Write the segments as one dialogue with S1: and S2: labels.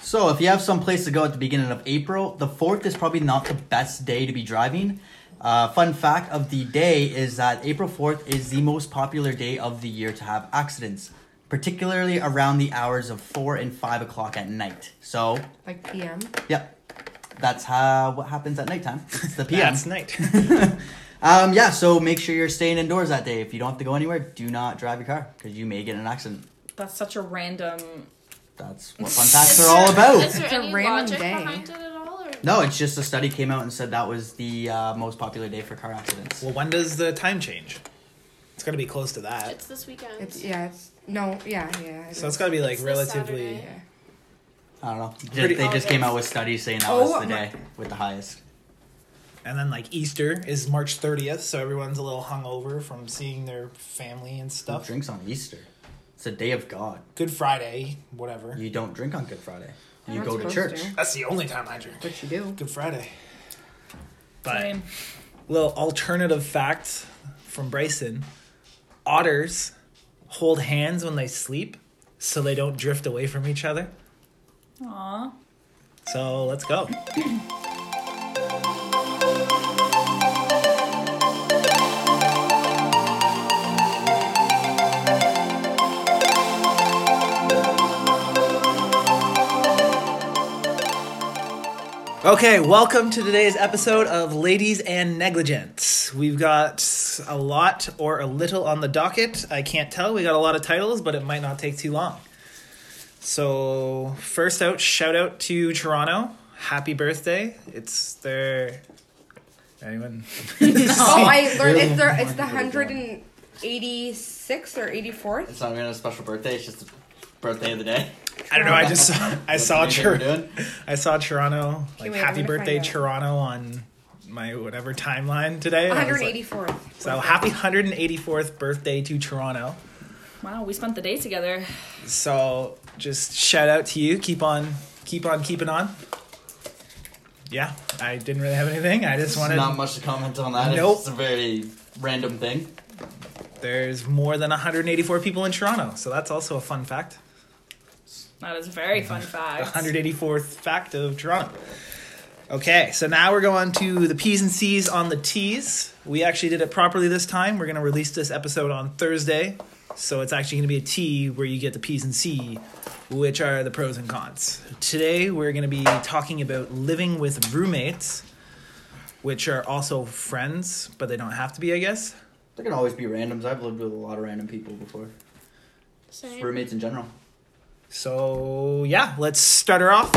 S1: So, if you have some place to go at the beginning of April, the 4th is probably not the best day to be driving. Uh, fun fact of the day is that April 4th is the most popular day of the year to have accidents, particularly around the hours of 4 and 5 o'clock at night. So,
S2: Like PM.
S1: yep, that's how what happens at nighttime. It's the PM.
S3: That's night.
S1: um, yeah, so make sure you're staying indoors that day. If you don't have to go anywhere, do not drive your car because you may get in an accident.
S4: That's such a random.
S1: That's what fun facts are all about.
S5: Is there
S2: It's a
S5: any
S2: random
S5: logic
S2: day.
S5: behind it at all? Or?
S1: No, it's just a study came out and said that was the uh, most popular day for car accidents.
S3: Well, when does the time change? It's got to be close to that.
S5: It's this weekend.
S2: It's yeah. It's no. Yeah. Yeah. it
S3: So it's
S2: is.
S3: got to be like
S5: It's this
S3: relatively.
S5: Saturday.
S1: I don't know. They-
S3: Pretty-
S1: they just came out with studies saying that
S2: Oh,
S1: was the
S2: my-
S1: day with the highest.
S3: And then like Easter is March 30th, so everyone's a little hungover from seeing their family and
S1: Don't
S3: stuff.
S1: drinks on Easter. It's a day of God.
S3: Good Friday, whatever.
S1: You don't drink on Good Friday.
S2: You're
S1: You
S2: not
S1: go to
S2: supposed
S1: church.
S2: to.
S3: That's the only time I drink.
S2: What you do?
S3: Good Friday.
S4: I
S3: But
S4: mean,
S3: little alternative fact from Bryson: otters hold hands when they sleep, so they don't drift away from each other.
S4: aw.
S3: So let's go. Okay, welcome to today's episode of Ladies and Negligence. We've got a lot or a little on the docket. I can't tell. We got a lot of titles, but it might not take too long. So first out, shout out to Toronto. Happy birthday! It's their anyone.
S2: Oh, I learned it's the it's
S1: Mark
S2: the
S1: is really
S2: hundred and eighty sixth or eighty fourth.
S1: It's not even a special birthday. It's just the birthday of the day.
S3: I don't know. I just saw, I saw Tor-
S1: doing.
S3: I saw Toronto like
S2: wait, I'm
S3: happy
S2: gonna
S3: birthday
S2: find out.
S3: Toronto on my whatever timeline today. and
S2: One
S3: I was
S2: hundred
S3: like-
S2: eighty fourth.
S3: so happy 184th birthday to Toronto.
S4: Wow, we spent the day together.
S3: So just shout out to you. Keep on, keep on, keeping on. Yeah, I didn't really have anything. I just wanted.
S1: Not much to comment on that.
S3: Nope.
S1: It's a very random thing.
S3: There's more than 184 people in Toronto, so that's also a fun fact.
S4: That is a very fun
S3: The
S4: fact.
S3: 184th fact of Toronto. Okay, so now we're going to the P's and C's on the T's. We actually did it properly this time. We're going to release this episode on Thursday, so it's actually going to be a T where you get the P's and C, which are the pros and cons. Today we're going to be talking about living with roommates, which are also friends, but they don't have to be, I guess.
S1: There can always be randoms. I've lived with a lot of random people before.
S5: Same.
S1: Roommates in general.
S3: So yeah, let's start her off.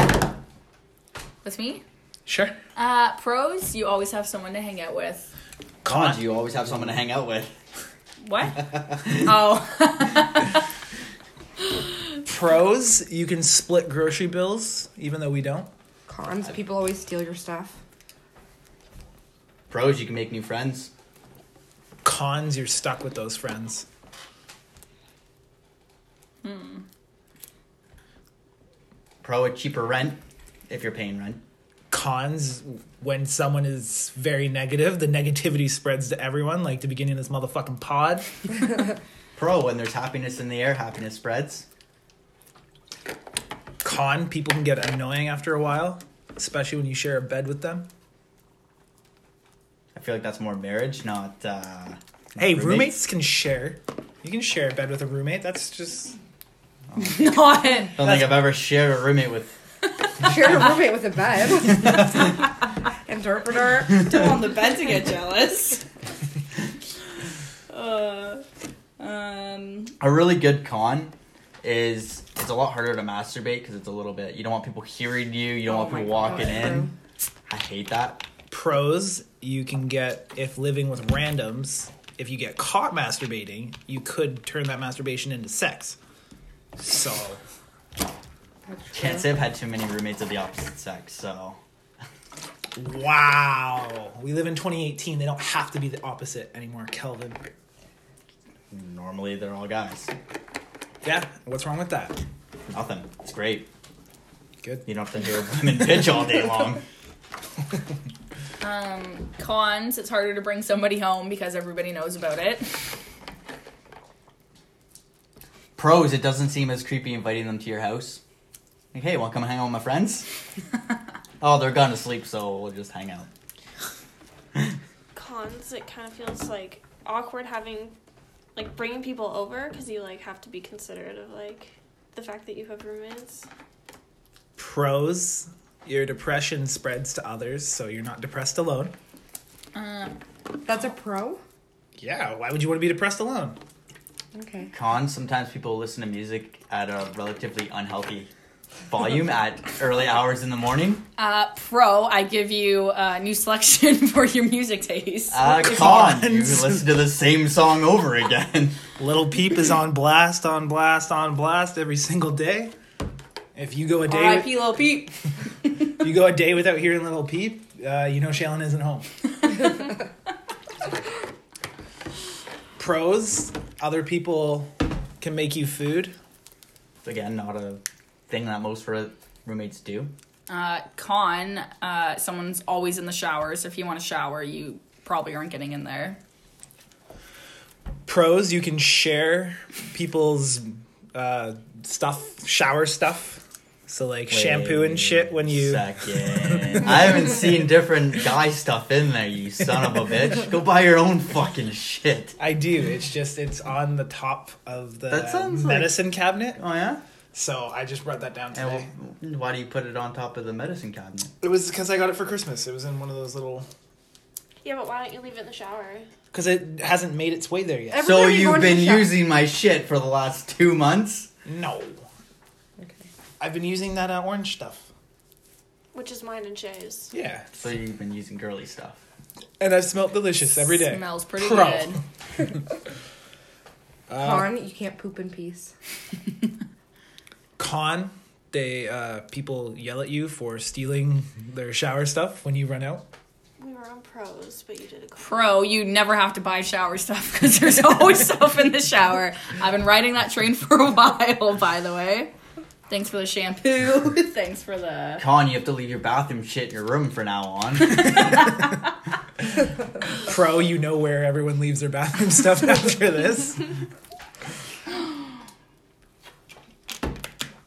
S4: With me?
S3: Sure.
S4: Uh, pros, you always have someone to hang out with.
S1: Cons, you always have someone to hang out with.
S4: What? oh.
S3: Pros, you can split grocery bills, even though we don't.
S2: Cons. People always steal your stuff.
S1: Pros, you can make new friends.
S3: Cons, you're stuck with those friends.
S1: Pro, a cheaper rent if you're paying rent.
S3: Cons, when someone is very negative, the negativity spreads to everyone, like the beginning of this motherfucking pod.
S1: Pro, when there's happiness in the air, happiness spreads.
S3: Con, people can get annoying after a while, especially when you share a bed with them.
S1: I feel like that's more marriage, not. Uh, not
S3: Hey, roommates, can share. You can share a bed with a roommate. That's just.
S4: Not.
S1: I don't think I've ever shared a roommate with.
S2: Shared a roommate with a bed. Interpreter.
S4: Don't want the bed to get jealous. Uh, um,
S1: A really good con is it's a lot harder to masturbate because it's a little bit. You don't want people hearing you. You don't
S2: Oh
S1: want
S2: my
S1: people walking
S2: God,
S1: in. I hate that.
S3: Pros, you can get, if living with randoms, if you get caught masturbating, you could turn that masturbation into sex. So.
S1: Can't say I've had too many roommates of the opposite sex, so.
S3: Wow. We live in 2018. They don't have to be the opposite anymore, Kelvin.
S1: Normally they're all guys.
S3: Yeah, what's wrong with that?
S1: Nothing. It's great.
S3: Good.
S1: You don't have to hear women bitch all day long.
S4: um, cons, it's harder to bring somebody home because everybody knows about it.
S1: Pros, it doesn't seem as creepy inviting them to your house. Like, hey, want to come hang out with my friends? oh, they're gone to sleep, so we'll just hang out.
S5: Cons, it kind of feels like awkward having, like, bringing people over because you, like, have to be considerate of, like, the fact that you have roommates.
S3: Pros, your depression spreads to others, so you're not depressed alone.
S4: Uh,
S2: That's a pro?
S3: Yeah, why would you want to be depressed alone?
S2: Okay.
S1: Con, sometimes people listen to music at a relatively unhealthy volume at early hours in the morning.
S4: uh, pro, I give you a new selection for your music taste.
S1: Uh,
S3: Cons.
S1: con, you listen to the same song over again.
S3: Little Peep is on blast, on blast, on blast every single day. If you go a day,
S4: R.I.P. Lil Peep.
S3: if you go a day without hearing Little Peep, uh, you know Shailen isn't home. Pros, other people can make you food.
S1: again, not a thing that most re- roommates do.
S4: Uh, con, uh, someone's always in the shower, so if you want to shower, you probably aren't getting in there.
S3: Pros, you can share people's uh, stuff, shower stuff. So like shampoo and shit when you
S1: Second. I haven't seen different guy stuff in there, you son of a bitch. Go buy your own fucking shit.
S3: I do. It's just it's on the top of the
S1: That sounds like-
S3: medicine cabinet.
S1: Oh, yeah?
S3: So I just brought that down today.
S1: And wh- why do you put it on top of the medicine cabinet?
S3: it was because I got it for Christmas. It was in one of those little
S5: Yeah, but why don't you leave it in the shower?
S3: because it hasn't made its way there yet.
S2: Every
S1: So
S2: time you go
S1: you've
S2: into
S1: been
S2: the shop-
S1: using my shit for the last two months?
S3: No. I've been using that uh, orange stuff.
S5: Which is mine and Shay's.
S3: Yeah.
S1: So you've been using girly stuff.
S3: And I've smelled delicious every day.
S4: Smells pretty
S3: Pro.
S4: good.
S2: Con, you can't poop in peace.
S3: Con, they uh, people yell at you for stealing their shower stuff when you run out.
S5: We were on pros, but you did a con.
S4: Pro, you never have to buy shower stuff because there's always stuff in the shower. I've been riding that train for a while, by the way. Thanks for the shampoo. Thanks for the.
S1: Con, you have to leave your bathroom shit in your room for now on.
S3: Pro, you know where everyone leaves their bathroom stuff after this.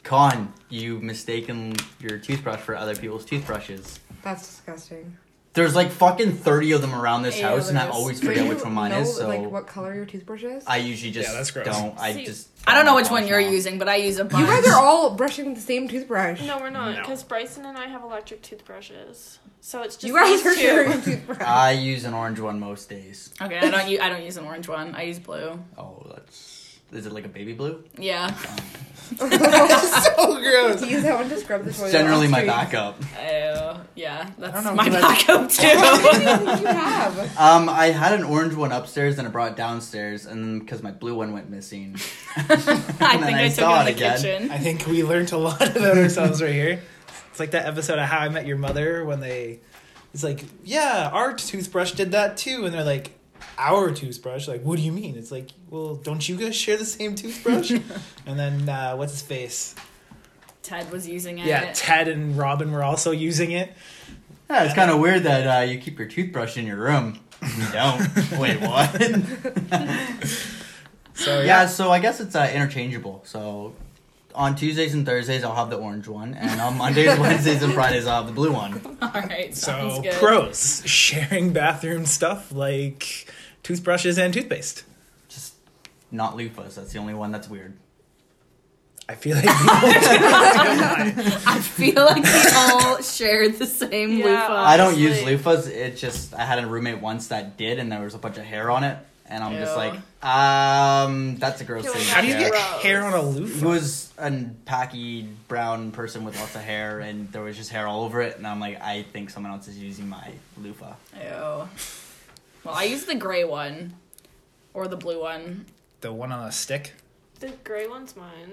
S1: Con, you mistaken your toothbrush for other people's toothbrushes.
S2: That's disgusting.
S1: There's like fucking 30 of them around this
S4: Ew,
S1: house, and I
S4: there's-
S1: always
S2: Do
S1: forget
S2: you
S1: which one mine
S2: know,
S1: is, so
S2: like what color your toothbrush is?
S1: I usually just
S3: Yeah, that's gross.
S1: don't. I
S5: See,
S1: just.
S4: I don't know which
S1: brush
S4: one you're
S1: now.
S4: using, but I use a bunch.
S2: you guys are all brushing with the same toothbrush.
S5: No, we're not,
S3: No.
S5: because Bryson and I have electric toothbrushes. So it's just
S2: you guys are
S5: these two.
S2: sharing a toothbrush.
S1: I use an orange one most days.
S4: Okay, I don't. u- I don't use an orange one. I use blue.
S1: Oh, that's. Is it like a baby blue?
S4: Yeah,
S1: Uh,
S3: so gross.
S2: Do you use that one to scrub the toilet.
S1: It's generally
S2: off
S1: my
S2: street?
S1: backup.
S4: Oh, yeah. That's
S3: know,
S4: my
S3: can I-
S4: backup
S2: How
S4: too.
S2: many did you have?
S1: Um, I had an orange one upstairs and I brought it downstairs, and because my blue one went missing.
S4: I
S1: then
S4: think
S1: I
S4: I, took
S1: saw
S4: it in
S1: it
S4: the
S1: again.
S4: kitchen.
S3: I think we learned a lot about ourselves right here. It's like that episode of How I Met Your Mother when they, it's like, yeah, our toothbrush did that too, and they're like, our toothbrush. Like, what do you mean? It's like, well, don't you guys share the same toothbrush? and then uh, what's his face?
S4: Ted was using it.
S3: Yeah, Ted and Robin were also using it.
S1: yeah, it's kind of weird that uh, you keep your toothbrush in your room. You don't. Wait, what? Oh,
S3: So
S1: yeah,
S3: yeah,
S1: so I guess it's uh, interchangeable. So on Tuesdays and Thursdays, I'll have the orange one, and on Mondays, Wednesdays, and Fridays, I'll have the blue one.
S4: all right. sounds
S3: so
S4: good.
S3: pros sharing bathroom stuff like toothbrushes and toothpaste.
S1: Just not loofahs. That's the only one that's weird.
S3: I feel like people
S4: I feel like we all share the same
S5: Yeah.
S4: loofah.
S1: I don't use
S5: Honestly.
S1: loofahs. It just I had a roommate once that did, and there was a bunch of hair on it, and I'm just
S4: Ew.
S1: like, um, that's a gross
S5: Ew,
S1: thing.
S5: that's
S3: How do you
S1: yeah.
S3: get hair on a
S1: It
S3: loofah?
S1: was a packy brown person with lots of hair, and there was just hair all over it, and I'm like, I think someone else is using my loofah.
S4: Ew. Well, I use the gray one or the blue one.
S3: The one on a stick.
S5: The gray one's mine.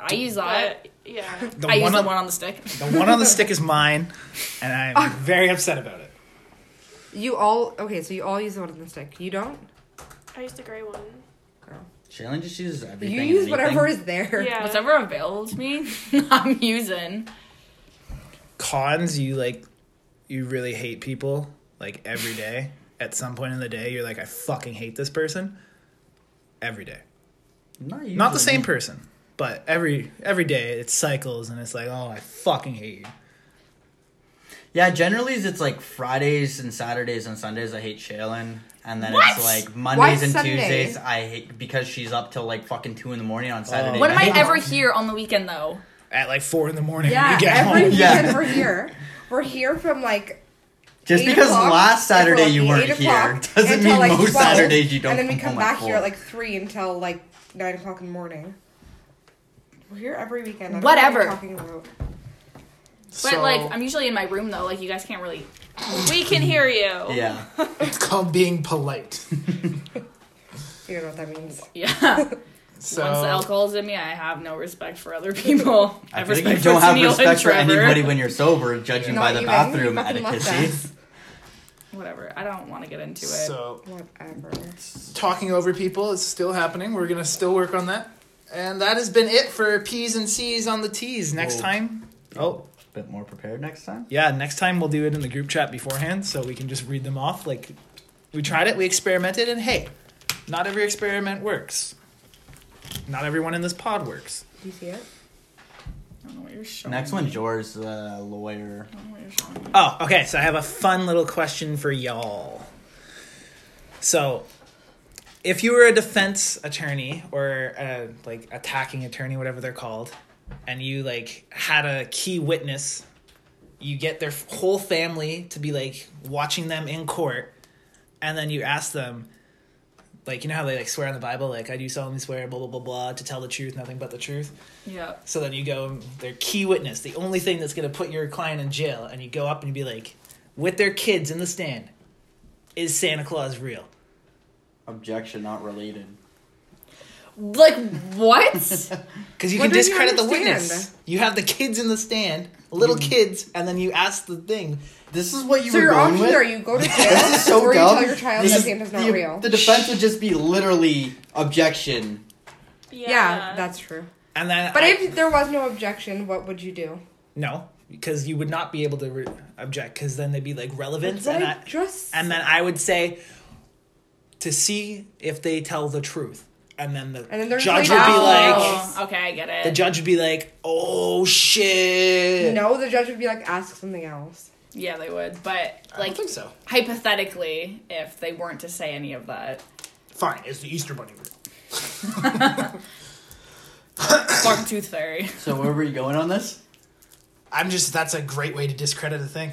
S4: I use that.
S5: But, yeah.
S3: The
S4: I use
S3: one
S4: the
S3: on
S4: one Ah. on the stick.
S3: the one on the stick is mine, and I'm very upset about it.
S2: You all okay? So you all use the one on the stick. You don't.
S5: I used the gray one.
S2: Girl.
S1: Shaylin just uses everything.
S2: You
S1: and
S2: use whatever
S1: anything.
S2: is there.
S5: Yeah.
S4: Whatever available to me, I'm using.
S3: Cons, you like, you really hate people like every day. At some point in the day, you're like, I fucking hate this person. Every day,
S1: Not,
S3: not
S1: usually.
S4: Mm-hmm.
S3: the same person. But every every day it cycles and it's like, oh, I fucking hate you.
S1: Yeah, generally it's like Fridays and Saturdays and Sundays I hate Shaylin. And then
S4: What?
S1: it's like Mondays
S2: Why
S1: and
S2: Sunday?
S1: Tuesdays I hate because she's up till like fucking two in the morning on Saturday.
S4: What am I
S1: night.
S4: ever here on the weekend though?
S3: At like four in the morning,
S4: Yeah,
S3: we get
S2: Every
S3: home.
S2: weekend
S1: Yeah.
S2: we're here. We're here from like
S1: Just
S2: 8
S1: because
S2: o'clock
S1: last Saturday
S2: until
S1: you
S2: like
S1: weren't
S2: 8
S1: here
S2: o'clock
S1: doesn't
S2: until,
S1: mean
S2: like,
S1: most
S2: 12,
S1: Saturdays you don't.
S2: And then we come
S1: home at
S2: back here at
S1: four.
S2: like three until like nine o'clock in the morning. We're here every weekend. I don't know what
S4: Whatever.
S2: you're talking about.
S4: But
S3: So,
S4: like I'm usually in my room though, like you guys can't really
S5: We can hear
S2: oh.
S5: you.
S1: yeah.
S3: it's called being polite.
S2: You don't know what that means.
S4: Yeah.
S3: So
S4: Once the alcohol's in me, I have no respect for other people. I,
S1: I
S4: have
S1: feel like
S4: respect
S1: you don't
S4: for
S1: have
S4: Tennille
S1: respect
S4: and
S1: for
S4: Trevor.
S1: anybody when you're sober, judging
S2: Not
S1: by the
S2: even.
S1: bathroom
S2: You fucking left
S1: etiquette.
S4: Whatever. I don't want to get into it.
S3: so
S2: us. Whatever.
S3: talking over people is still happening. We're gonna still work on that. And that has been it for P's and C's on the T's. Next
S1: Whoa.
S3: time. Oh,
S1: Bit more prepared next time.
S3: Yeah, next time we'll do it in the group chat beforehand so we can just read them off. Like, we tried it, we experimented, and hey, not every experiment works. Not everyone in this pod works.
S2: Do you see it?
S4: I don't know what you're showing.
S1: Next
S4: me.
S1: one's yours, uh, lawyer.
S4: I don't know what you're showing me.
S3: Oh, okay, so I have a fun little question for y'all. So, if you were a defense attorney or a, like attacking attorney, whatever they're called, and you like had a key witness, you get their whole family to be like watching them in court, and then you ask them, like you know how they like swear in the Bible, like I do solemnly swear, blah blah blah blah, to tell the truth, nothing but the truth.
S4: Yeah.
S3: So then you go, their key witness, the only thing that's going to put your client in jail, and you go up and you be like, with their kids in the stand, is Santa Claus real?
S1: Objection not related.
S4: Like what?
S3: Because you
S2: What
S3: can
S2: don't you
S3: discredit the
S2: understand? Mm-hmm.
S3: witness. You have the kids in the stand, little kids, and then you ask the thing.
S1: This is what you
S2: So
S1: were
S2: your
S1: going
S2: options
S1: with.
S2: are you go to jail
S1: this is so
S2: or
S1: dumb.
S2: you tell your child
S1: This
S2: that
S1: is-
S2: Santa's not
S1: the,
S2: real.
S1: The defense would just be literally objection.
S5: Yeah.
S2: yeah. that's true.
S3: And then.
S2: But
S3: I-
S2: if there was no objection, what would you do?
S3: No, because you would not be able to re- object, because then they'd be like relevant.
S2: What
S3: And,
S2: I
S3: I,
S2: just
S3: and then I would say, to see if they tell the truth. And then the
S2: And then they're
S3: judge would be
S2: like,
S3: like,
S4: Oh, okay, I get it.
S3: the judge would be like, oh shit.
S2: no, the judge would be like, ask something else.
S4: yeah, they would. But
S3: I
S4: like
S3: don't think so.
S4: hypothetically, if they weren't to say any of that,
S3: Fine, it's the Easter Bunny.
S4: Bark Tooth Fairy.
S1: So where were you going on this?
S3: I'm just that's a great way to discredit a thing.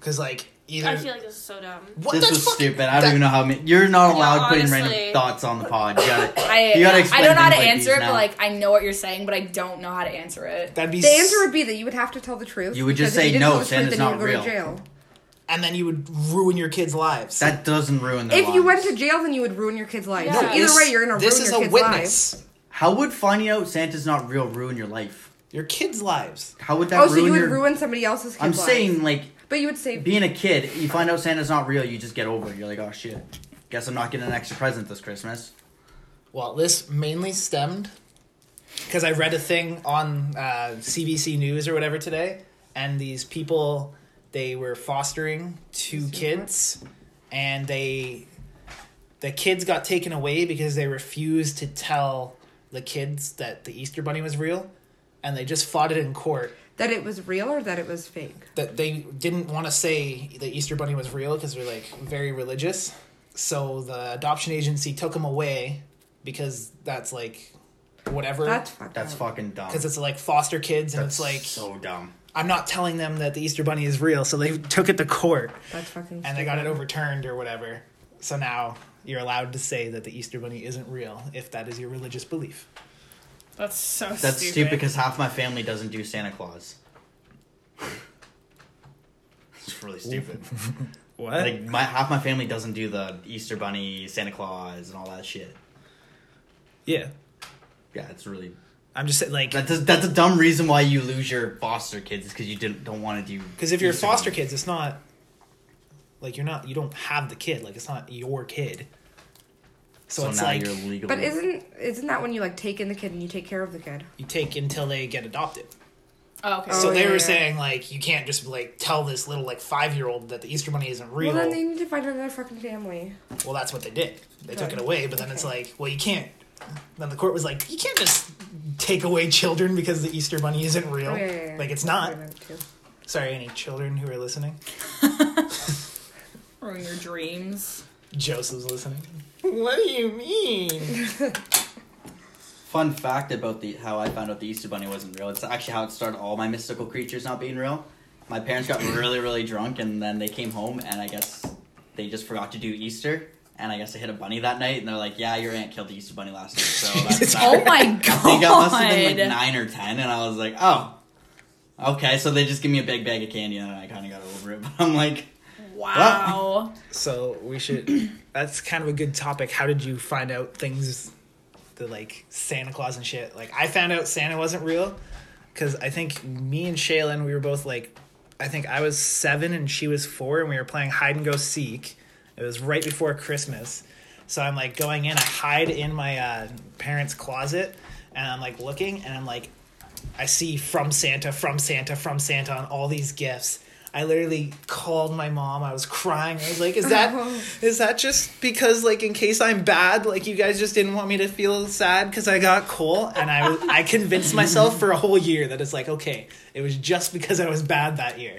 S3: Cause like either
S5: I feel like this is so dumb.
S3: what
S1: this
S3: that's
S1: was
S3: fucking-
S1: stupid. I don't
S3: that-
S1: even know how many. You're not allowed putting
S5: honestly.
S1: random thoughts on the pod. You gotta,
S4: I
S1: you gotta
S4: I
S1: explain
S4: don't know how to
S1: things like
S4: answer
S1: these
S4: it,
S1: now.
S4: but like I know what you're saying, but I don't know how to answer it.
S3: That'd be
S2: The
S3: s-
S2: answer would be that you would have to tell the truth.
S1: You would just
S2: because
S1: say,
S2: if didn't
S1: "No,
S2: tell the truth,
S1: Santa's
S2: then you
S1: not
S2: would go to
S1: real."
S2: jail.
S3: and then you would ruin your kids' lives.
S1: that doesn't ruin the.
S2: If you went to jail, then you would ruin your kid's life.
S5: No,
S2: So
S5: Yeah.
S2: either
S3: This-
S2: way, you're gonna
S3: This
S2: ruin
S3: is
S2: your
S3: a
S2: kid's
S3: witness.
S1: how would finding out Santa's not real ruin your life?
S3: Your kids' lives.
S1: How would that
S2: life. Oh,
S1: ruin
S2: so you would
S1: your?
S2: ruin somebody else's kid's
S1: I'm
S2: life.
S1: saying like
S2: but you would say,
S1: being a kid, you find out Santa's not real, you just get over it. You're like, oh shit, guess I'm not getting an extra present this Christmas.
S3: Well, this mainly stemmed because I read a thing on uh, CBC News or whatever today, and these people they were fostering two kids, and they the kids got taken away because they refused to tell the kids that the Easter Bunny was real, and they just fought it in court
S2: that it was real or that it was fake.
S3: that they didn't want to say the Easter Bunny was real because they're like very religious. So the adoption agency took him away because that's like whatever.
S2: That's fucked
S1: That's
S2: up.
S1: fucking dumb.
S3: Because Oh. it's like foster kids and
S1: That's
S3: it's like
S1: so dumb.
S3: I'm not telling them that the Easter Bunny is real. So they took it to court
S2: That's fucking.
S3: and they got it
S2: stupid.
S3: overturned or whatever. So now you're allowed to say that the Easter Bunny isn't real if that is your religious belief.
S4: That's so
S1: That's stupid because half my family doesn't do Santa Claus. it's really stupid.
S3: What?
S1: like my half my family doesn't do the Easter Bunny, Santa Claus, and all that shit.
S3: yeah.
S1: Yeah, it's really
S3: I'm just saying, like,
S1: that's a, that's a dumb reason why you lose your foster kids because you didn't don't want to do.
S3: Because if you're
S1: Easter
S3: foster
S1: Bunny.
S3: kids, it's not like you're not you don't have the kid. Like it's not your kid. So,
S1: so
S3: it's
S1: now
S3: like
S1: you're legal.
S2: But isn't isn't that when you like take in the kid and you take care of the kid?
S3: you take until they get adopted.
S4: Oh, okay.
S3: so
S2: Oh,
S3: they
S2: yeah,
S3: were
S2: yeah.
S3: saying like you can't just like tell this little like five year old that the Easter Bunny isn't real.
S2: Well,
S3: Well,
S2: then they need to find another fucking family.
S3: that's what they did. They took
S2: Okay.
S3: it away, but then it's
S2: Okay.
S3: like well you can't Then the court was like, you can't just take away children because the Easter Bunny isn't real.
S2: Oh, yeah, yeah, yeah.
S3: Like it's not.
S2: I meant to.
S3: Sorry, any children who are listening.
S4: Ruin your dreams.
S3: Joseph's listening. What do you mean?
S1: Fun fact about the how I found out the Easter Bunny wasn't real. It's actually how it started all my mystical creatures not being real. My parents got really, really drunk, and then they came home, and I guess they just forgot to do Easter, and I guess they hit a bunny that night, and they're like, "Yeah, your aunt killed the Easter Bunny last night." So
S3: Jesus
S1: that's not-
S4: Oh my god.
S1: I think I must have been like nine or ten, and I was like, "Oh, okay." So they just give me a big bag of candy, and I kind of got over it. But I'm like,
S4: wow.
S3: So we should. That's kind of a good topic. How did you find out things, the like Santa Claus and shit? Like I found out Santa wasn't real, because I think me and Shaylin we were both like, I think I was seven and she was four, and we were playing hide and go seek. It was right before Christmas, so I'm like going in. I hide in my uh, parents' closet, and I'm like looking, and I'm like, I see from Santa, from Santa, from Santa on all these gifts. I literally called my mom. I was crying. I was like, "Is that is that just because like in case I'm bad, like you guys just didn't want me to feel sad because I got coal?" And I was- I convinced myself for a whole year that it's like, okay, it was just because I was bad that year.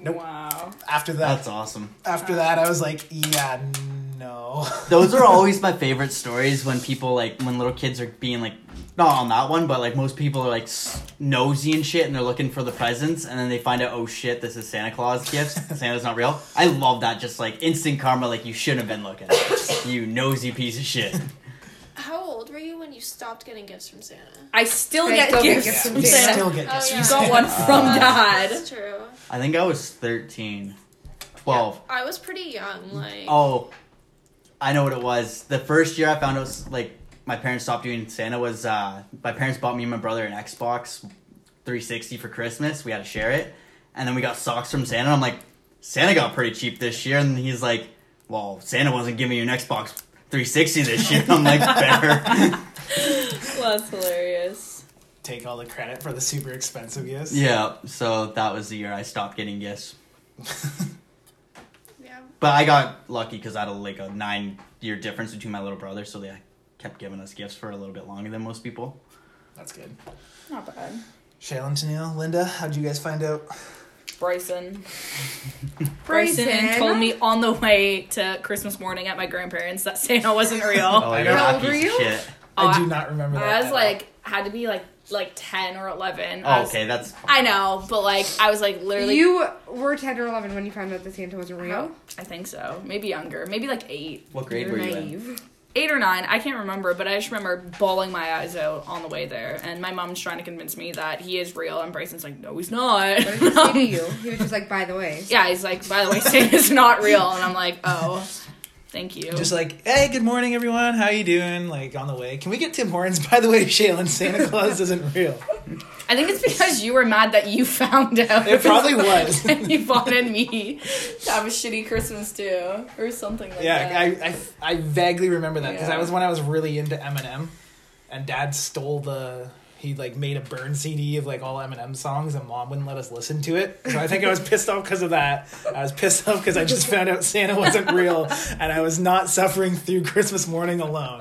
S4: Wow.
S3: After that,
S1: "That's awesome."
S3: after that, I was like, yeah, no.
S1: Those are always my favorite stories when people like when little kids are being like not on that one, but like most people are like s- nosy and shit, and they're looking for the presents, and then they find out, oh shit, this is Santa Claus gifts. Santa's not real. I love that, just like instant karma, like you shouldn't have been looking, you nosy piece of shit.
S5: How old were you when you stopped getting gifts from Santa?
S4: I still
S2: I
S4: get
S2: still get
S4: gifts
S2: gifts
S4: from
S2: from
S3: We
S4: Santa.
S3: still get gifts.
S5: Oh,
S4: You
S5: yeah.
S4: got one from dad.
S5: That's true.
S1: I think I was 13, 12.
S5: I was pretty young. Like,
S1: Oh, I know what it was. The first year I found out, like, my parents stopped doing Santa was uh, my parents bought me and my brother an Xbox 360 for Christmas. We had to share it. And then we got socks from Santa. And I'm like, Santa got pretty cheap this year. And he's like, well, Santa wasn't giving you an Xbox 360 this year. I'm like, fair.
S4: That's hilarious.
S3: Take all the credit for the super expensive gifts.
S1: yeah, so that was the year I stopped getting gifts.
S5: yeah.
S1: But I got lucky because I had a, like a nine year difference between my little brother. So they kept giving us gifts for a little bit longer than most people.
S3: That's good.
S4: Not bad.
S3: Shaylin, Tennille, Linda, how'd you guys find out?
S4: Bryson. Bryson,
S2: Bryson?
S4: told me on the way to Christmas morning at my grandparents that Santa wasn't real.
S1: Oh,
S3: I
S1: you're
S3: know.
S1: a
S2: How old
S1: piece
S2: were
S1: of
S2: you?
S1: Shit.
S4: Oh,
S3: I
S4: I-
S3: do not remember that.
S4: I was
S3: at
S4: like, had to be like like ten or eleven. I
S1: Oh,
S4: was-
S1: okay, that's
S4: I know, but like I was like literally.
S2: You were 10 or 11 when you found out that Santa wasn't real.
S4: I think so. Maybe younger. Maybe like eight,
S1: what grade
S2: You're
S1: were you in?
S2: naive.
S4: eight or nine. I can't remember, but I just remember bawling my eyes out on the way there. And my mom's trying to convince me that he is real, and Bryson's like, no, he's not.
S2: What did he say to you? He was just like, by the way.
S4: yeah, he's like, by the way, Santa's not real, and I'm like, oh, thank you.
S3: Just like, hey, good morning, everyone. How you doing? Like on the way. Can we get Tim Hortons? By the way, Shaylin, Santa Claus isn't real.
S4: I think it's because you were mad that you found out.
S3: It probably was.
S4: and you wanted me to have a shitty Christmas too, or something like
S3: yeah,
S4: that.
S3: I, I, I vaguely remember that because
S4: Yeah.
S3: that was when I was really into Eminem, and Dad stole the he like made a burn CD of like all Eminem songs, and Mom wouldn't let us listen to it. So I think I was pissed off because of that. I was pissed off because I just found out Santa wasn't real, and I was not suffering through Christmas morning alone.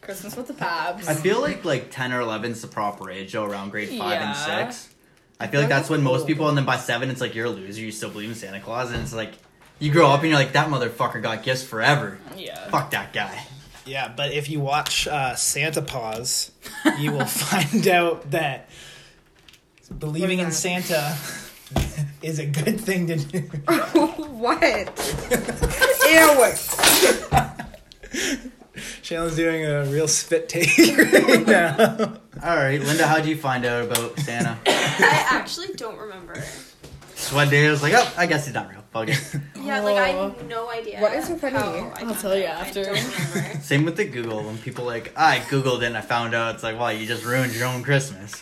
S4: Christmas with the Pabs.
S1: I feel like like ten or eleven is the proper age, though, around grade five
S4: Yeah.
S1: and six. I feel like that's when most people, and then by seven, it's like you're a loser. You still believe in Santa Claus, and it's like you grow up and you're like that motherfucker got gifts forever.
S4: yeah.
S1: Fuck that guy.
S3: Yeah, but if you watch uh, Santa Paws, you will find out that believing in
S2: What is
S3: Santa is a good thing to do.
S2: what? Ew.
S3: Shayla's doing a real spit take right now.
S1: All right, Linda, how'd you find out about Santa?
S5: I actually don't remember.
S1: so one day I was like, oh, I guess he's not real. Fuck it.
S5: Yeah, like I
S4: Oh.
S5: have no idea.
S2: What is so funny?
S5: how I found
S4: tell you
S5: out.
S4: after.
S5: I don't remember.
S1: Same with the Google. When people like, I googled it and I found out, it's like, well, you just ruined your own Christmas.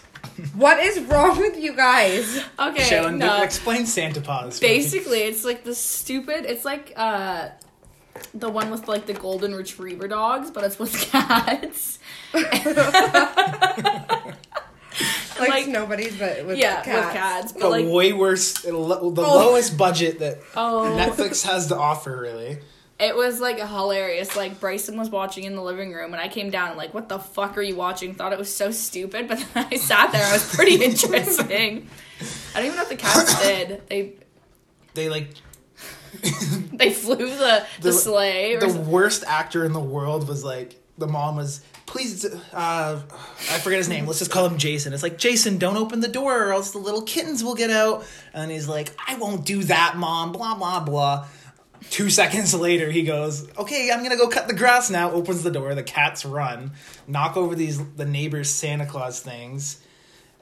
S2: What is wrong with you guys?
S4: Okay.
S3: Shayla,
S4: no.
S3: explain Santa Paws. for me.
S4: Basically, it's like the stupid. It's like uh, the one with like the golden retriever dogs, but it's with cats.
S2: Like,
S4: Like-
S2: nobody's, but with
S4: yeah, with
S2: cats.
S4: cats, but
S3: the
S4: like
S3: way worse, the lo- the
S4: Oh.
S3: lowest budget that
S4: oh,
S3: Netflix has to offer, really.
S4: It was like hilarious. Like Bryson was watching in the living room, and I came down and like, "What the fuck are you watching?" Thought it was so stupid, but then I sat there. I was pretty interesting. I don't even know if the cats did. They
S3: They like
S4: they flew the
S3: The-
S4: the, sleigh. Or
S3: the
S4: something.
S3: worst actor in the world was like the mom was please uh i forget his name let's just call him jason it's like jason don't open the door or else the little kittens will get out and he's like i won't do that mom blah blah blah two seconds later he goes okay i'm gonna go cut the grass now opens the door the cats run knock over these the neighbors santa claus things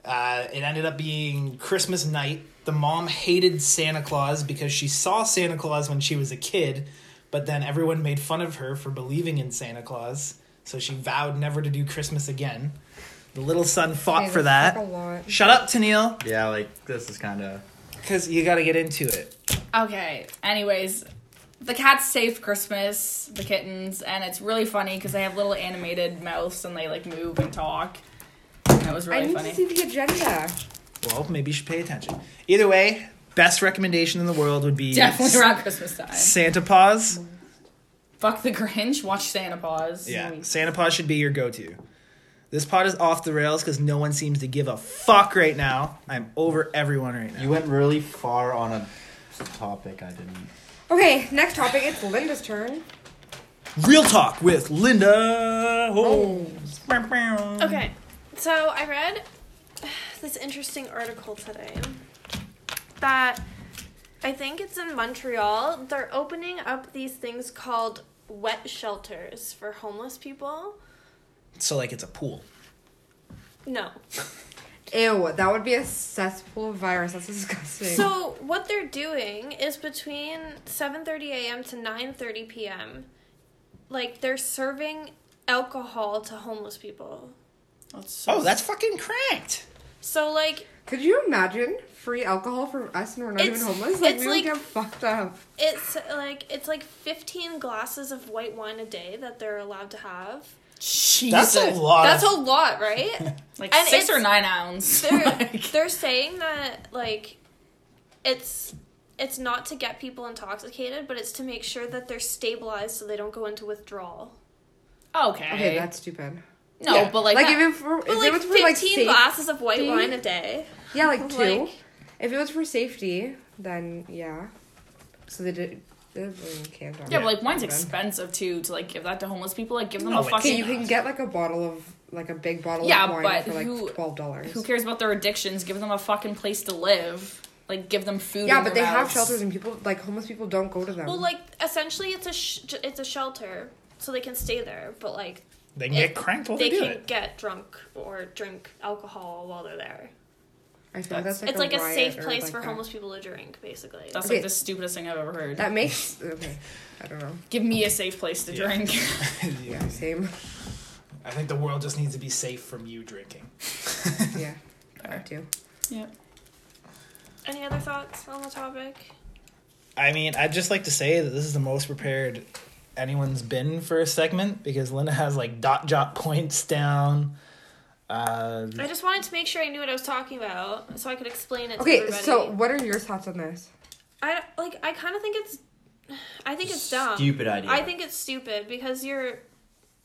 S3: uh, it ended up being Christmas night. The mom hated Santa Claus because she saw Santa Claus when she was a kid, but then everyone made fun of her for believing in Santa Claus, so she vowed never to do Christmas again. The little son fought
S2: Hey,
S3: for
S2: that's
S3: that.
S2: like a lot.
S3: Shut up, Tennille,
S1: Yeah, like this is kind of.
S3: because you got to get into it.
S4: Okay. Anyways, the cats save Christmas, the kittens, and it's really funny because they have little animated mouths and they like move and talk. That was
S2: I
S4: really
S2: need
S4: funny.
S2: to see the agenda.
S3: Well, maybe you should pay attention. Either way, best recommendation in the world would be
S4: Definitely around Christmas time.
S3: Santa Paws.
S4: Fuck the Grinch. Watch Santa Paws.
S3: Yeah, Santa Paws should be your go-to. This pod is off the rails because no one seems to give a fuck right now. I'm over everyone right now.
S1: You went really far on a topic I didn't.
S2: Okay, next topic. It's Linda's turn.
S3: Real talk with Linda
S1: Oh.
S3: Holmes.
S5: Okay, so I read this interesting article today that I think it's in Montreal. They're opening up these things called wet shelters for homeless people.
S3: So like it's a pool.
S5: No.
S2: Ew, that would be a cesspool of virus. That's disgusting.
S5: So what they're doing is between 7:30 a.m. to 9:30 p.m. like they're serving alcohol to homeless people.
S4: That's so
S3: Oh, that's fucking cranked.
S5: So like
S2: Could you imagine free alcohol from us and we're not
S5: It's-
S2: even homeless? Like
S5: it's
S2: we would
S5: like-
S2: get fucked up.
S5: It's like it's like fifteen glasses of white wine a day that they're allowed to have.
S4: Jesus.
S3: lot.
S5: That's a lot, right?
S4: like
S5: and
S4: six or
S5: it's-
S4: nine ounce.
S5: They're
S4: Like,
S5: they're saying that like it's it's not to get people intoxicated, but it's to make sure that they're stabilized so they don't go into withdrawal.
S4: okay.
S2: Okay, that's stupid.
S4: no,
S3: yeah.
S4: but like,
S2: Like,
S4: that-
S2: if it for, if
S5: But
S2: it
S5: like
S2: was for like
S5: fifteen
S2: safety,
S5: glasses of white wine a day.
S2: yeah, like two.
S5: like-
S2: if it was for safety, then yeah. So they did. They didn't can
S4: yeah, but like wine's
S2: Okay.
S4: expensive too. To like give that to homeless people, like give them
S3: No,
S4: a
S3: it's-
S4: fucking.
S2: Okay, you can get like a bottle of like a big bottle
S4: Yeah,
S2: of wine
S4: but
S2: for like
S4: who-
S2: twelve dollars.
S4: Who cares about their addictions? Give them a fucking place to live. Like give them food.
S2: Yeah,
S4: in
S2: but they
S4: their
S2: have
S4: mouths.
S2: shelters and people like homeless people don't go to them.
S5: Well, like essentially, it's a sh- it's a shelter, so they can stay there. But like
S3: they can get cranked while they,
S5: they
S3: do
S5: can
S3: it.
S5: get drunk or drink alcohol while they're there.
S2: I feel like that's like
S5: it's like a
S2: riot
S5: safe
S2: or,
S5: place
S2: like,
S5: for
S2: that.
S5: homeless people to drink, basically.
S4: That's
S2: Okay.
S4: like the stupidest thing I've ever heard.
S2: That makes okay. I don't know.
S4: Give me a safe place to drink.
S3: Yeah.
S2: Yeah, same.
S3: I think the world just needs to be safe from you drinking.
S2: Yeah, I do.
S4: yeah.
S5: Any other thoughts on the topic?
S3: I mean, I'd just like to say that this is the most prepared anyone's been for a segment because Linda has like dot jot points down. Uh,
S5: I just wanted to make sure I knew what I was talking about, so I could explain it to
S2: Okay,
S5: everybody.
S2: so what are your thoughts on this?
S5: I like. I kind of think it's. I think it's dumb.
S1: Stupid idea.
S5: I think it's stupid because you're,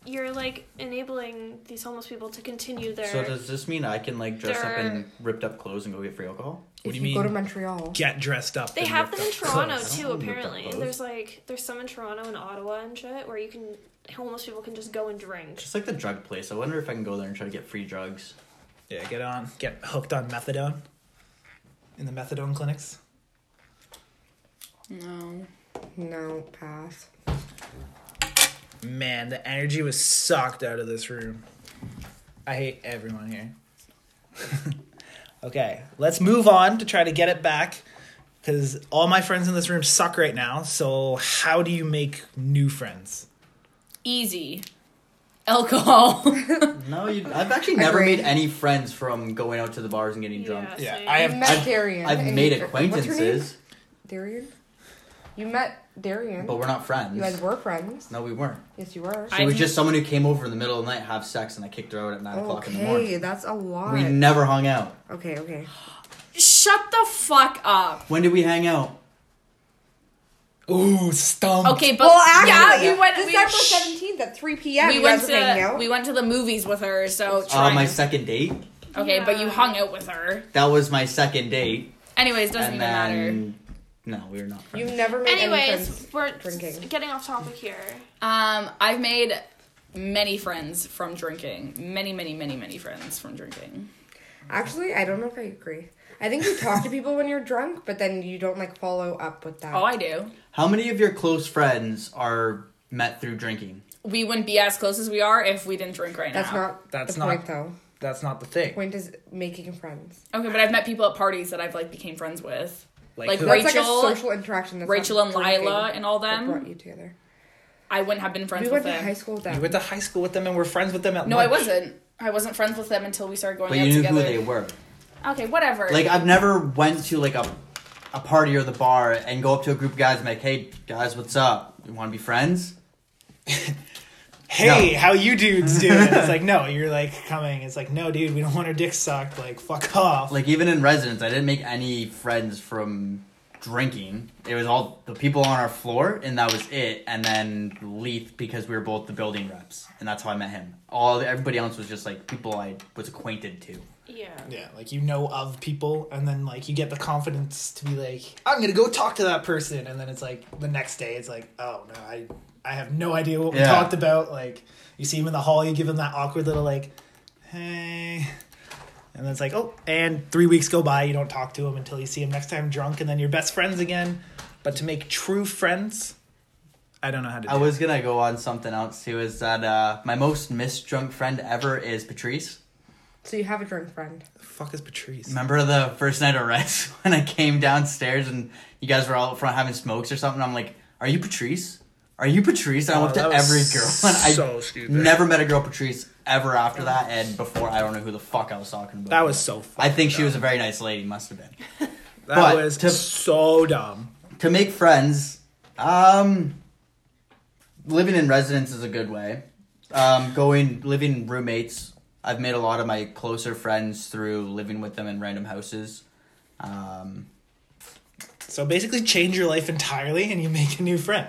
S5: you're like enabling these homeless people to continue their.
S1: So does this mean I can like dress up in
S5: They're-
S1: ripped up clothes and go get free alcohol?
S3: What
S2: if
S3: do you
S2: Go to
S3: mean?
S2: Montreal.
S3: get dressed up.
S5: they
S3: and
S5: have
S3: rip
S5: them in
S3: the
S5: Toronto
S3: clothes.
S5: too.
S1: don't know
S5: Apparently,
S1: about those.
S5: there's like there's some in Toronto and Ottawa and shit where you can homeless people can just go and drink.
S1: Just like the drug place. I wonder if I can go there and try to get free drugs.
S3: Yeah, get on, get hooked on methadone in the methadone clinics.
S4: No.
S2: No, pass.
S3: Man, the energy was sucked out of this room. I hate everyone here. okay, let's move on to try to get it back because all my friends in this room suck right now. So, how do you make new friends?
S4: Easy. Alcohol.
S1: No, you, I've actually never
S2: Agreed.
S1: made any friends from going out to the bars and getting drunk.
S5: Yeah, same.
S3: I
S2: You
S3: have.
S2: met
S1: I've-
S2: Darian.
S1: I've
S2: and
S1: made
S2: you- what's her name?
S1: acquaintances,
S2: Darian. You met Darian.
S1: but we're not friends.
S2: you guys were friends.
S1: Oh. no, we weren't.
S2: Yes, you were.
S1: She
S4: I-
S1: was just someone who came over in the middle of the night, have sex, and I kicked her out at nine o'clock in the
S2: Okay,
S1: morning.
S2: that's a lot.
S1: We never hung out.
S2: okay, okay.
S4: Shut the fuck up.
S1: When did we hang out?
S3: Ooh, stumped.
S4: Okay, but
S2: Well, actually,
S4: yeah, we went. We,
S2: December seventeenth at three p.m.
S4: we
S2: you
S4: went
S2: guys were hanging
S4: to
S2: out.
S4: we went to the movies with her. So
S1: Uh,
S4: trying.
S1: my second date.
S4: okay, but you
S5: Yeah.
S4: hung out with her.
S1: That was my second date.
S4: Anyways,
S1: and
S4: doesn't even matter.
S1: then no, we were not
S2: you
S1: friends.
S2: never made any friends.
S5: Anyways, we're
S2: drinking.
S5: s- getting off topic here.
S4: Um, I've made many friends from drinking. Many, many, many, many friends from drinking.
S2: Actually, I don't know if I agree. I think you talk to people when you're drunk, but then you don't like follow up with that.
S4: Oh, I do.
S1: How many of your close friends are met through drinking?
S4: We wouldn't be as close as we are if we didn't drink right
S2: That's
S4: now.
S2: not
S3: That's
S2: the
S3: not-
S2: point, though.
S3: That's not the thing.
S2: Point is making friends.
S4: okay, but I've met people at parties that I've like became friends with. like,
S3: who?
S2: That's
S4: Rachel-
S2: like a social interaction. That's
S4: Rachel
S2: not
S4: and
S2: drinking
S4: Lila and all
S2: that brought
S4: them.
S2: you together.
S4: I wouldn't have been
S2: We
S4: friends with
S2: went to
S4: them.
S2: high school with them.
S3: You went to high school with them and we're friends with them at
S4: no, I
S3: lunch.
S4: wasn't. I wasn't friends with them until we started going
S1: But
S4: out
S1: you knew
S4: together.
S1: who they were.
S4: Okay, whatever.
S1: Like I've never went to like a a party or the bar and go up to a group of guys and be like, hey guys, what's up? You want to be friends?
S3: Hey,
S1: No.
S3: how you dudes doing? it's like, no, you're like coming. It's like, no, dude, we don't want our dicks sucked. Like, fuck off.
S1: Like even in residence, I didn't make any friends from drinking. It was all the people on our floor, and that was it. And then Leith because we were both the building reps, and that's how I met him. All everybody else was just like people I was acquainted to.
S5: Yeah.
S3: yeah, like you know of people, and then like you get the confidence to be like, I'm gonna go talk to that person, and then it's like the next day, it's like, oh no, I I have no idea what we
S1: Yeah.
S3: talked about. Like, you see him in the hall, you give him that awkward little like, hey, and then it's like, oh, and three weeks go by, you don't talk to him until you see him next time drunk, and then you're best friends again. But to make true friends, I don't know how to. Do
S1: I
S3: it.
S1: was gonna go on something else too. Is that uh, my most missed drunk friend ever is Patrice.
S2: so you have a drunk friend.
S3: fuck is Patrice?
S1: Remember the first night of Reds when I came downstairs and you guys were all out front having smokes or something? I'm like, "Are you Patrice? Are you Patrice?" And I
S3: Oh,
S1: looked
S3: that
S1: at
S3: was
S1: every girl and I
S3: so stupid.
S1: never met a girl Patrice ever after that and before. I don't know who the fuck I was talking about.
S3: That was so.
S1: I
S3: fucking
S1: think she
S3: dumb.
S1: was a very nice lady. Must have been
S3: That
S1: but
S3: was
S1: to-
S3: so dumb.
S1: to make friends. Um, living in residence is a good way. Um, going living roommates. I've made a lot of my closer friends through living with them in random houses. Um,
S3: So basically, change your life entirely, and you make a new friend.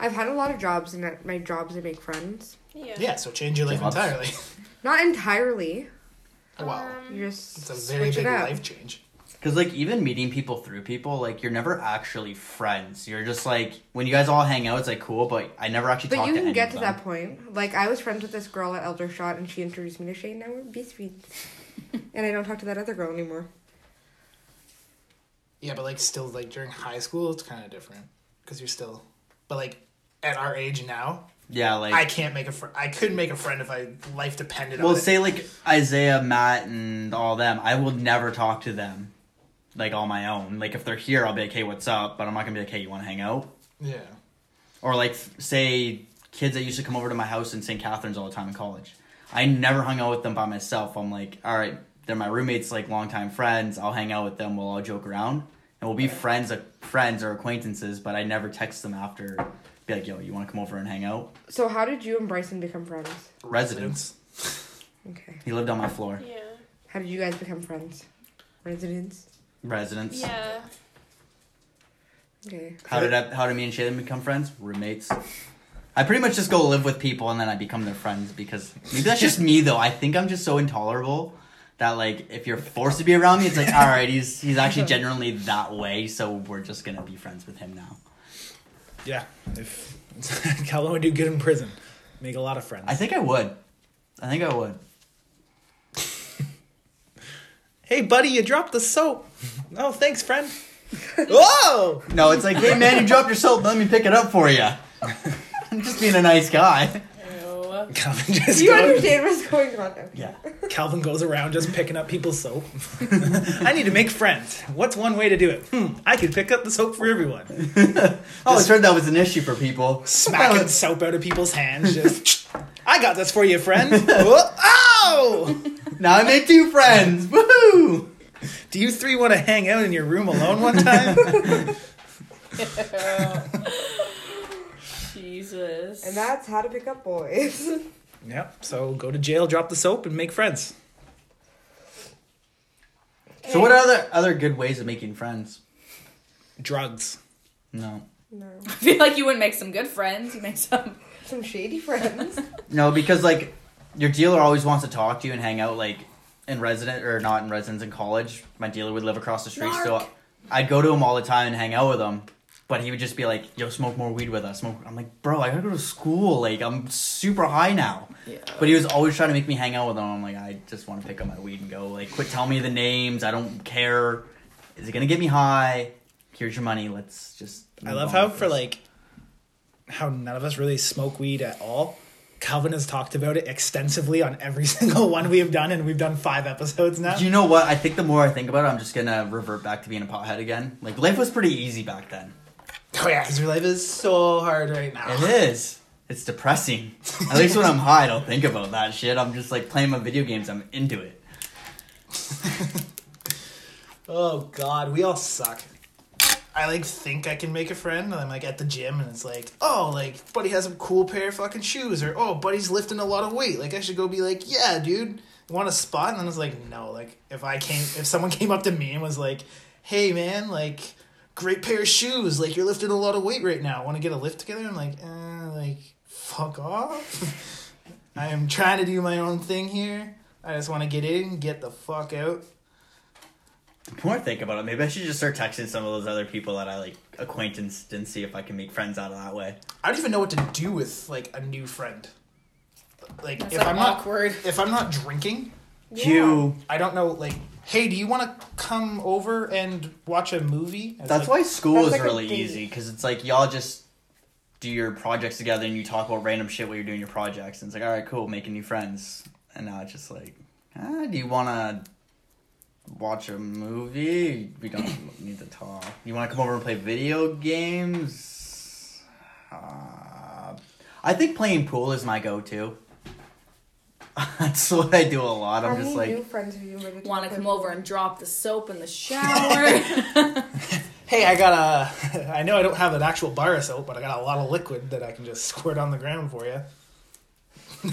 S2: I've had a lot of jobs, and at my jobs I make friends.
S5: Yeah.
S3: Yeah, so change your life
S1: Jobs.
S3: entirely.
S2: Not entirely.
S3: wow,
S2: You just
S3: it's a very
S2: switch
S3: big
S2: it up.
S3: life change.
S1: Because, like, even meeting people through people, like, you're never actually friends. You're just like, when you guys all hang out, it's like cool, but I never actually
S2: But
S1: talk
S2: you
S1: to
S2: can
S1: any
S2: get
S1: of
S2: to
S1: them.
S2: that point. Like I was friends with this girl at Eldershot, and she introduced me to Shane. Now we're best friends. and I don't talk to that other girl anymore.
S3: Yeah, but like still, like during high school, it's kind of different because you're still, but like at our age now,
S1: Yeah, like,
S3: I can't make a friend. I couldn't make a friend if I life depended
S1: well,
S3: on it.
S1: say, like, Isaiah, Matt, and all them, I will never talk to them, like, on my own. Like, if they're here, I'll be like, hey, what's up? But I'm not gonna be like, hey, you wanna hang out?
S3: yeah,
S1: Or, like, f- say, kids that used to come over to my house in St. Catharines all the time in college. I never hung out with them by myself. I'm like, all right, they're my roommates, like, longtime friends. I'll hang out with them, we'll all joke around. And we'll be friends, friends or acquaintances, but I never text them after, be like, yo, you wanna come over and hang out?
S2: So how did you and Bryson become friends?
S1: Residence.
S2: Okay.
S1: He lived on my floor.
S5: Yeah.
S2: How did you guys become friends? Residents.
S1: Residence.
S5: Yeah.
S2: Okay.
S1: How did I, how did me and Shaylin become friends? Roommates. I pretty much just go live with people and then I become their friends because maybe that's just me though. I think I'm just so intolerable that like if you're forced to be around me, it's like all right, he's he's actually generally that way, so we're just gonna be friends with him now.
S3: yeah. If how long would do good in prison? Make a lot of friends.
S1: I think I would. I think I would.
S3: hey, buddy, you dropped the soap. oh, thanks, friend. Whoa.
S1: No, it's like, hey man, you dropped your soap. Let me pick it up for you. I'm just being a nice guy.
S4: Ew.
S3: Calvin just
S2: Do you
S3: goes-
S2: understand what's going on? Okay.
S1: Yeah.
S3: Calvin goes around just picking up people's soap. I need to make friends. What's one way to do it? Hmm, I could pick up the soap for everyone.
S1: I always heard that was an issue for people.
S3: Smacking soap out of people's hands. Just, I got this for you, friend. Whoa- Oh!
S1: Now I made two friends. Woohoo!
S3: Do you three want to hang out in your room alone one time?
S4: Jesus.
S2: And that's how to pick up boys.
S3: yep. So go to jail, drop the soap, and make friends.
S1: So what are other other good ways of making friends?
S3: Drugs.
S1: No.
S2: No.
S4: I feel like you wouldn't make some good friends. You make some.
S2: Some shady friends.
S1: No, because like your dealer always wants to talk to you and hang out like in resident or not in residence in college. My dealer would live across the street, so
S4: Narc.
S1: I'd go to him all the time and hang out with him. But he would just be like, "Yo, smoke more weed with us." Smoke. I'm like, "Bro, I gotta go to school. Like, I'm super high now."
S4: Yeah.
S1: But he was always trying to make me hang out with him. I'm like, I just want to pick up my weed and go. Like, quit telling me the names. I don't care. Is it gonna get me high? Here's your money. Let's just.
S3: I
S1: move
S3: love
S1: on
S3: how
S1: with
S3: for
S1: this.
S3: like how none of us really smoke weed at all. Calvin has talked about it extensively on every single one we have done, and we've done five episodes now.
S1: Do you know what? I think the more I think about it, I'm just gonna revert back to being a pothead again. Like life was pretty easy back then.
S3: Oh yeah, because your life is so hard right now.
S1: It is. It's depressing. At least when I'm high, I don't think about that shit. I'm just like playing my video games. I'm into it.
S3: Oh god, we all suck. I like think I can make a friend, and I'm like at the gym, and it's like, oh, like buddy has a cool pair of fucking shoes, or oh, buddy's lifting a lot of weight. Like I should go be like, yeah, dude, want a spot? And then it's like, no, like if I came, if someone came up to me and was like, hey man, like great pair of shoes, like you're lifting a lot of weight right now, want to get a lift together? I'm like, eh, like fuck off. I am trying to do my own thing here. I just want to get in, get the fuck out.
S1: The more I think about it, maybe I should just start texting some of those other people that I like acquaintance and see if I can make friends out of that way.
S3: I don't even know what to do with like a new friend. Like
S4: That's
S3: if
S4: like
S3: I'm
S4: awkward.
S3: not if I'm not drinking,
S1: You.
S3: I don't know. Like, hey, do you want to come over and watch a movie? It's
S1: That's
S3: like,
S1: why school
S2: That's
S1: is
S2: like a
S1: really
S2: date.
S1: easy because it's like y'all just do your projects together and you talk about random shit while you're doing your projects. And it's like, all right, cool, making new friends. And now it's just like, ah, do you want to watch a movie? We don't need to talk. You want to come over and play video games? Uh, I think playing pool is my go-to. That's what I do a lot.
S2: How
S1: I'm
S2: many
S1: just
S2: new
S1: like,
S2: friends have you invited?
S4: Want to
S2: the
S4: come
S2: table?
S4: over and drop the soap in the shower?
S3: Hey, I got a. I know I don't have an actual bar of soap, but I got a lot of liquid that I can just squirt on the ground for you.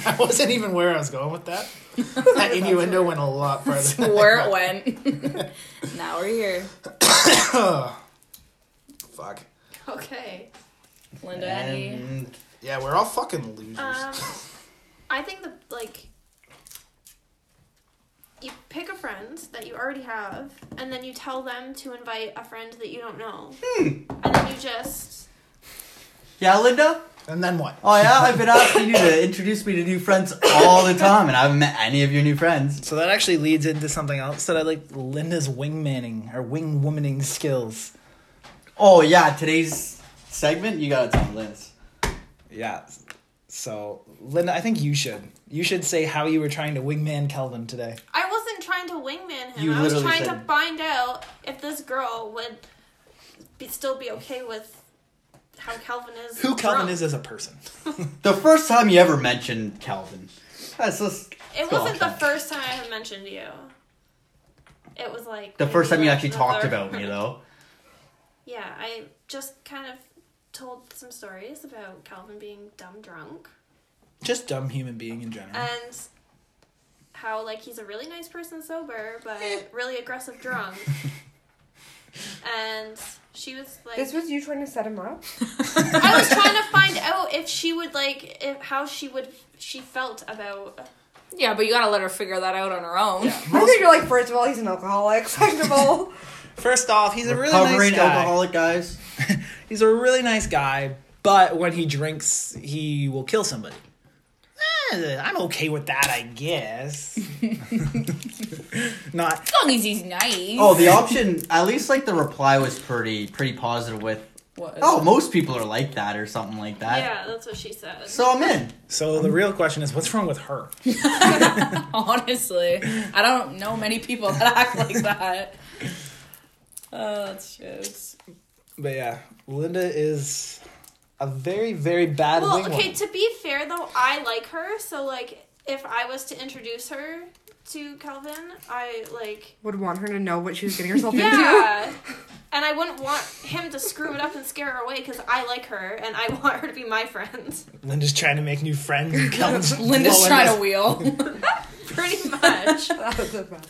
S3: That wasn't even where I was going with that. That innuendo went a lot further. than I
S4: Where it
S3: thought.
S4: went. now we're here.
S3: Fuck.
S5: Okay.
S4: Linda and
S1: and
S3: Yeah, we're all fucking losers.
S5: Um, I think the like you pick a friend that you already have, and then you tell them to invite a friend that you don't know,
S3: Hmm.
S5: and then you just
S1: yeah, Linda.
S3: and then what?
S1: Oh yeah, I've been asking you to introduce me to new friends all the time, and I haven't met any of your new friends.
S3: So that actually leads into something else that I like Linda's wingmanning or wingwomaning skills.
S1: Oh yeah, today's segment you gotta tell Liz.
S3: Yeah. So Linda, I think you should. You should say how you were trying to wingman Kelvin today.
S5: I wasn't trying to wingman him.
S1: You
S5: I was
S1: literally
S5: trying to
S1: said-
S5: find out if this girl would be, still be okay with how Calvin is.
S3: Who Kelvin
S5: drunk.
S3: is as a person.
S1: The first time you ever mentioned Calvin. That's just
S5: It
S1: go
S5: wasn't
S1: off
S5: the
S1: on.
S5: first time I had mentioned you. It was like
S1: the first
S5: maybe
S1: time you
S5: like
S1: actually
S5: the
S1: talked
S5: third-
S1: about me though.
S5: Yeah, I just kind of told some stories about Calvin being dumb drunk
S3: Just dumb human being in general.
S5: and how like he's a really nice person sober but really aggressive drunk. and she was like
S2: This was you trying to set him up?
S5: I was trying to find out if she would like if how she would she felt about
S4: yeah, but you gotta let her figure that out on her own.
S2: I think you're like, first of all, he's an alcoholic. Second of all,
S3: First off, he's a really nice
S1: Recovering
S3: guy.
S1: alcoholic guys.
S3: He's a really nice guy, but when he drinks, he will kill somebody. Eh, I'm okay with that, I guess. Not
S4: As long as he's nice.
S1: Oh, the option at least like the reply was pretty pretty positive with
S4: What?
S1: oh most people are like that or something like that.
S5: Yeah, that's what she said.
S1: So I'm in.
S3: so. The real question is, what's wrong with her?
S4: Honestly, I don't know many people that act like that. Oh, that's just.
S3: But yeah, Linda is a very, very bad
S5: Well,
S3: wingwoman.
S5: okay, to be fair though, I like her, so like if I was to introduce her to Calvin, I like
S2: would want her to know what she was getting herself into.
S5: Yeah. and I wouldn't want him to screw it up and scare her away because I like her and I want her to be my friend.
S3: Linda's trying to make new friends. And Kelvin's
S4: Linda's
S3: blowing
S4: trying
S3: us-
S4: to wheel.
S5: Pretty much.
S2: That was a fact.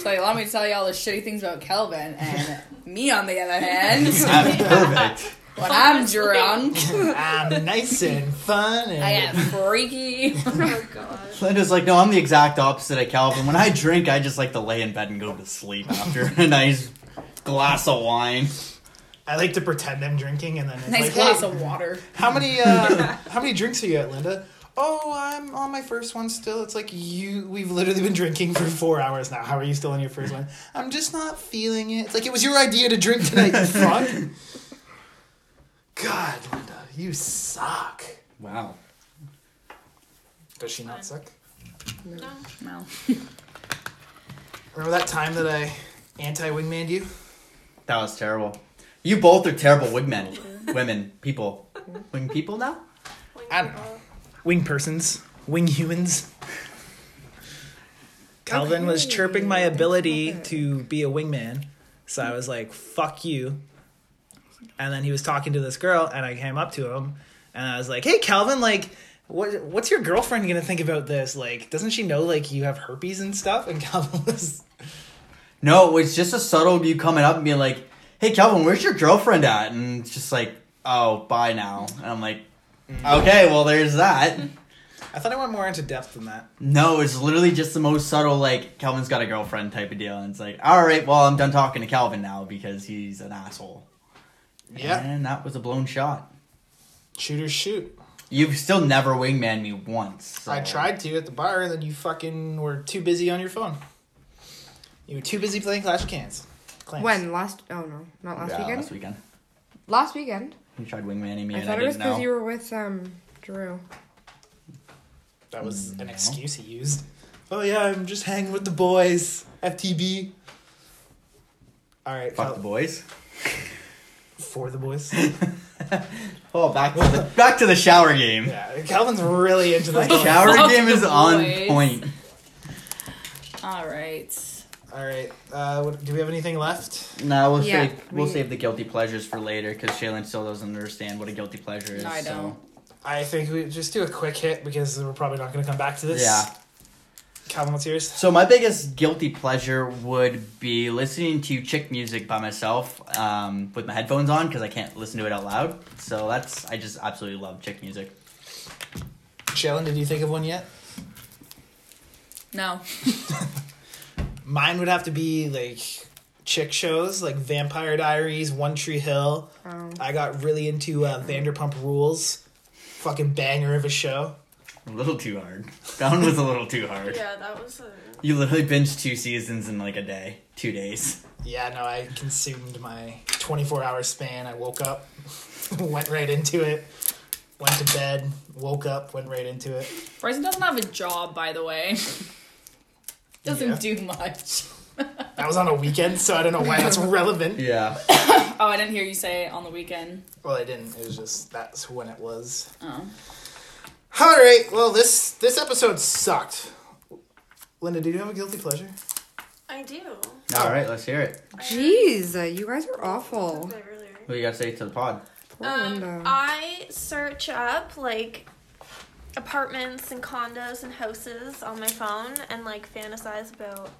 S4: So you allow me to tell you all the shitty things about Kelvin and me on the other hand.
S1: That's perfect.
S4: when I'm drunk,
S3: I'm nice and fun. And
S4: I am freaky.
S5: Oh god.
S1: Linda's like, no, I'm the exact opposite of Calvin. When I drink, I just like to lay in bed and go to sleep after a nice glass of wine.
S3: I like to pretend I'm drinking, and then it's
S4: Nice
S3: like,
S4: glass
S3: "Hey,
S4: of water.
S3: how many uh, how many drinks are you at, Linda? Oh, I'm on my first one still. It's like you. We've literally been drinking for four hours now. How are you still on your first one? I'm just not feeling it. It's like it was your idea to drink tonight. You fuck. God, Linda, you suck.
S1: Wow.
S3: Does she not suck?
S5: No.
S4: No.
S3: Remember that time that I anti wingmaned you?
S1: That was terrible. You both are terrible wingmen. Women. People. Wing people now?
S3: I don't know. Wing persons, wing humans. Calvin was chirping my ability to be a wingman, so I was like, "Fuck you." And then he was talking to this girl, and I came up to him, and I was like, "Hey, Calvin, like, what, what's your girlfriend gonna think about this? Like, doesn't she know like you have herpes and stuff?" And Calvin was
S1: No, it's just a subtle you coming up and being like, hey, Calvin, where's your girlfriend at? And it's just like, oh, bye now. And I'm like, okay, well, there's that.
S3: I thought I went more into depth than that.
S1: No, it's literally just the most subtle, like, Calvin's got a girlfriend type of deal. And it's like, all right, well, I'm done talking to Calvin now because he's an asshole. And that was a blown shot.
S3: shooters shoot.
S1: You've still never wingman me once. so-
S3: I tried to at the bar, and then you fucking were too busy on your phone. You were too busy playing Clash of Clans. Clans.
S2: When last? Oh no, not
S1: Yeah,
S2: last weekend.
S1: Last weekend.
S2: Last weekend.
S1: You tried wingmanning me
S2: I
S1: and I
S2: thought it was
S1: didn't know.
S2: because you were with um Drew.
S3: That was an
S1: No.
S3: excuse he used. Mm, Oh yeah, I'm just hanging with the boys. FTB. All right,
S1: Fuck
S3: Cal-
S1: the boys.
S3: for the boys.
S1: Oh, back to the back to the shower game.
S3: yeah, Calvin's really into this.
S1: The
S3: boy.
S1: shower
S4: Fuck
S1: game
S4: the
S1: is on
S4: boys.
S1: point.
S4: All right.
S3: All right, uh, what, do we have anything left?
S1: No, we'll
S2: Yeah,
S1: save we'll
S2: we-
S1: save the guilty pleasures for later because Shaylin still doesn't understand what a guilty pleasure is.
S4: No, I don't.
S3: I think we just do a quick hit because we're probably not going to come back to
S1: So.
S3: this.
S1: Yeah.
S3: Calvin, what's yours?
S1: So my biggest guilty pleasure would be listening to chick music by myself um, with my headphones on because I can't listen to it out loud. So that's I just absolutely love chick music.
S3: Shailen, did you think of one yet?
S4: No.
S3: Mine would have to be like chick shows, like Vampire Diaries, One Tree Hill.
S2: Um,
S3: I got really into uh, Vanderpump Rules. Fucking banger of a show.
S1: A little too hard. That one was a little too hard.
S5: Yeah, that was a
S1: You literally binged two seasons in like a day, two days.
S3: Yeah, no, I consumed my 24 hour span. I woke up, went right into it, went to bed, woke up, went right into it.
S4: Bryson doesn't have a job, by the way. Doesn't
S3: Yeah.
S4: do much.
S3: That was on a weekend, so I don't know why that's relevant.
S1: Yeah.
S4: Oh, I didn't hear you say it on the weekend.
S3: Well, I didn't. It was just that's when it was.
S4: Oh.
S3: All right. Well, this this episode sucked. Linda, do you have a guilty pleasure?
S5: I do.
S1: All right, let's hear it.
S2: jeez, uh, you guys are awful.
S5: I really are.
S1: What do you got to say to the pod?
S2: Poor Linda.
S5: Um, I search up like apartments and condos and houses on my phone and like fantasize about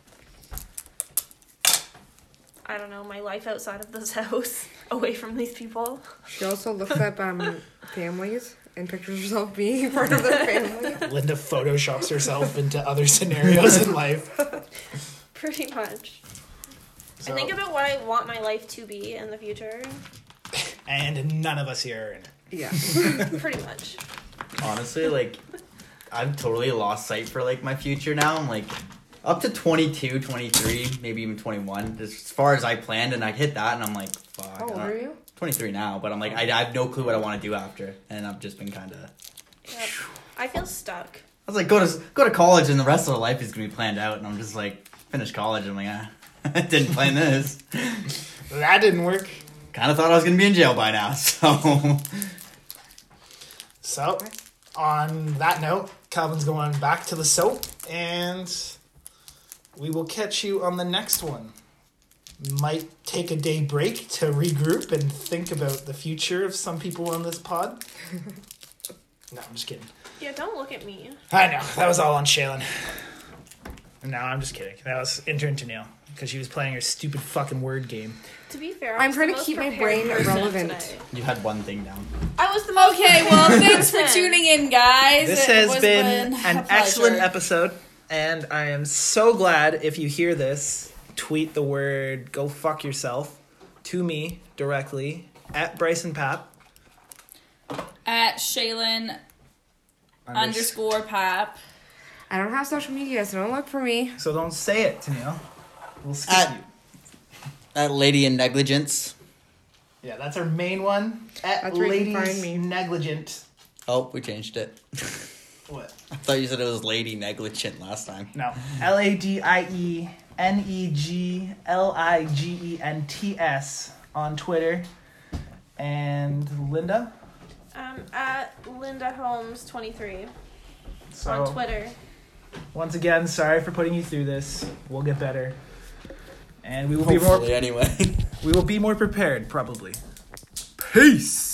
S5: I don't know my life outside of this house, away from these people.
S2: She also looks up um families and pictures herself being part of their family.
S3: Linda photoshops herself into other scenarios in life.
S5: Pretty much.
S3: So,
S5: I think about what I want my life to be in the future.
S3: and none of us here are in it.
S2: Yeah.
S5: Pretty much.
S1: Honestly, like, I've totally lost sight for like my future now. I'm like up to 22, 23, maybe even 21. As far as I planned, and I hit that, and I'm like, fuck.
S2: How old
S1: uh,
S2: are you?
S1: 23 now, but I'm like, I, I have no clue what I want to do after, and I've just been kind of. I
S5: Yep. I feel stuck.
S1: was like, go to go to college, and the rest of the life is gonna be planned out, and I'm just like, finish college, and I'm like, ah, I didn't plan this.
S3: That didn't work.
S1: kind of thought I was gonna be in jail by now, so.
S3: So, on that note, Calvin's going back to the soap, and we will catch you on the next one. Might take a day break to regroup and think about the future of some people on this pod. no, I'm just kidding.
S5: Yeah, don't look at me.
S3: I know, that was all on Shaylin. No, I'm just kidding. That was intern Tennille because she was playing her stupid fucking word game.
S5: To be fair,
S2: I'm
S5: I was
S2: trying
S5: the
S2: to
S5: most
S2: keep my
S5: prepared
S2: brain
S5: person
S2: relevant.
S5: today.
S1: You had one thing down.
S5: I was the most
S4: Okay, well,
S5: prepared
S4: thanks for
S5: person.
S4: tuning in, guys.
S3: This
S4: It
S3: has
S4: was
S3: been an
S4: a pleasure.
S3: excellent episode, and I am so glad if you hear this, tweet the word "go fuck yourself" to me directly at Bryson Pap.
S4: At Shaylin underscore Pap.
S2: I don't have social media, so don't look for me.
S3: So don't say it, Tennille. We'll skip
S1: At-
S3: you.
S1: That lady in negligence.
S3: Yeah, that's our main one. At
S2: That's where you
S3: ladies
S2: can find me.
S3: negligent.
S1: Oh, we changed it.
S3: What?
S1: I thought you said it was lady negligent last time.
S3: No. L A D I E N E G L I G E N T S on Twitter. And Linda.
S5: Um, at Linda Holmes twenty three
S3: So
S5: on Twitter.
S3: once again, sorry for putting you through this. We'll get better. And we will be more
S1: Hopefully, anyway.
S3: we will be more prepared probably. Peace.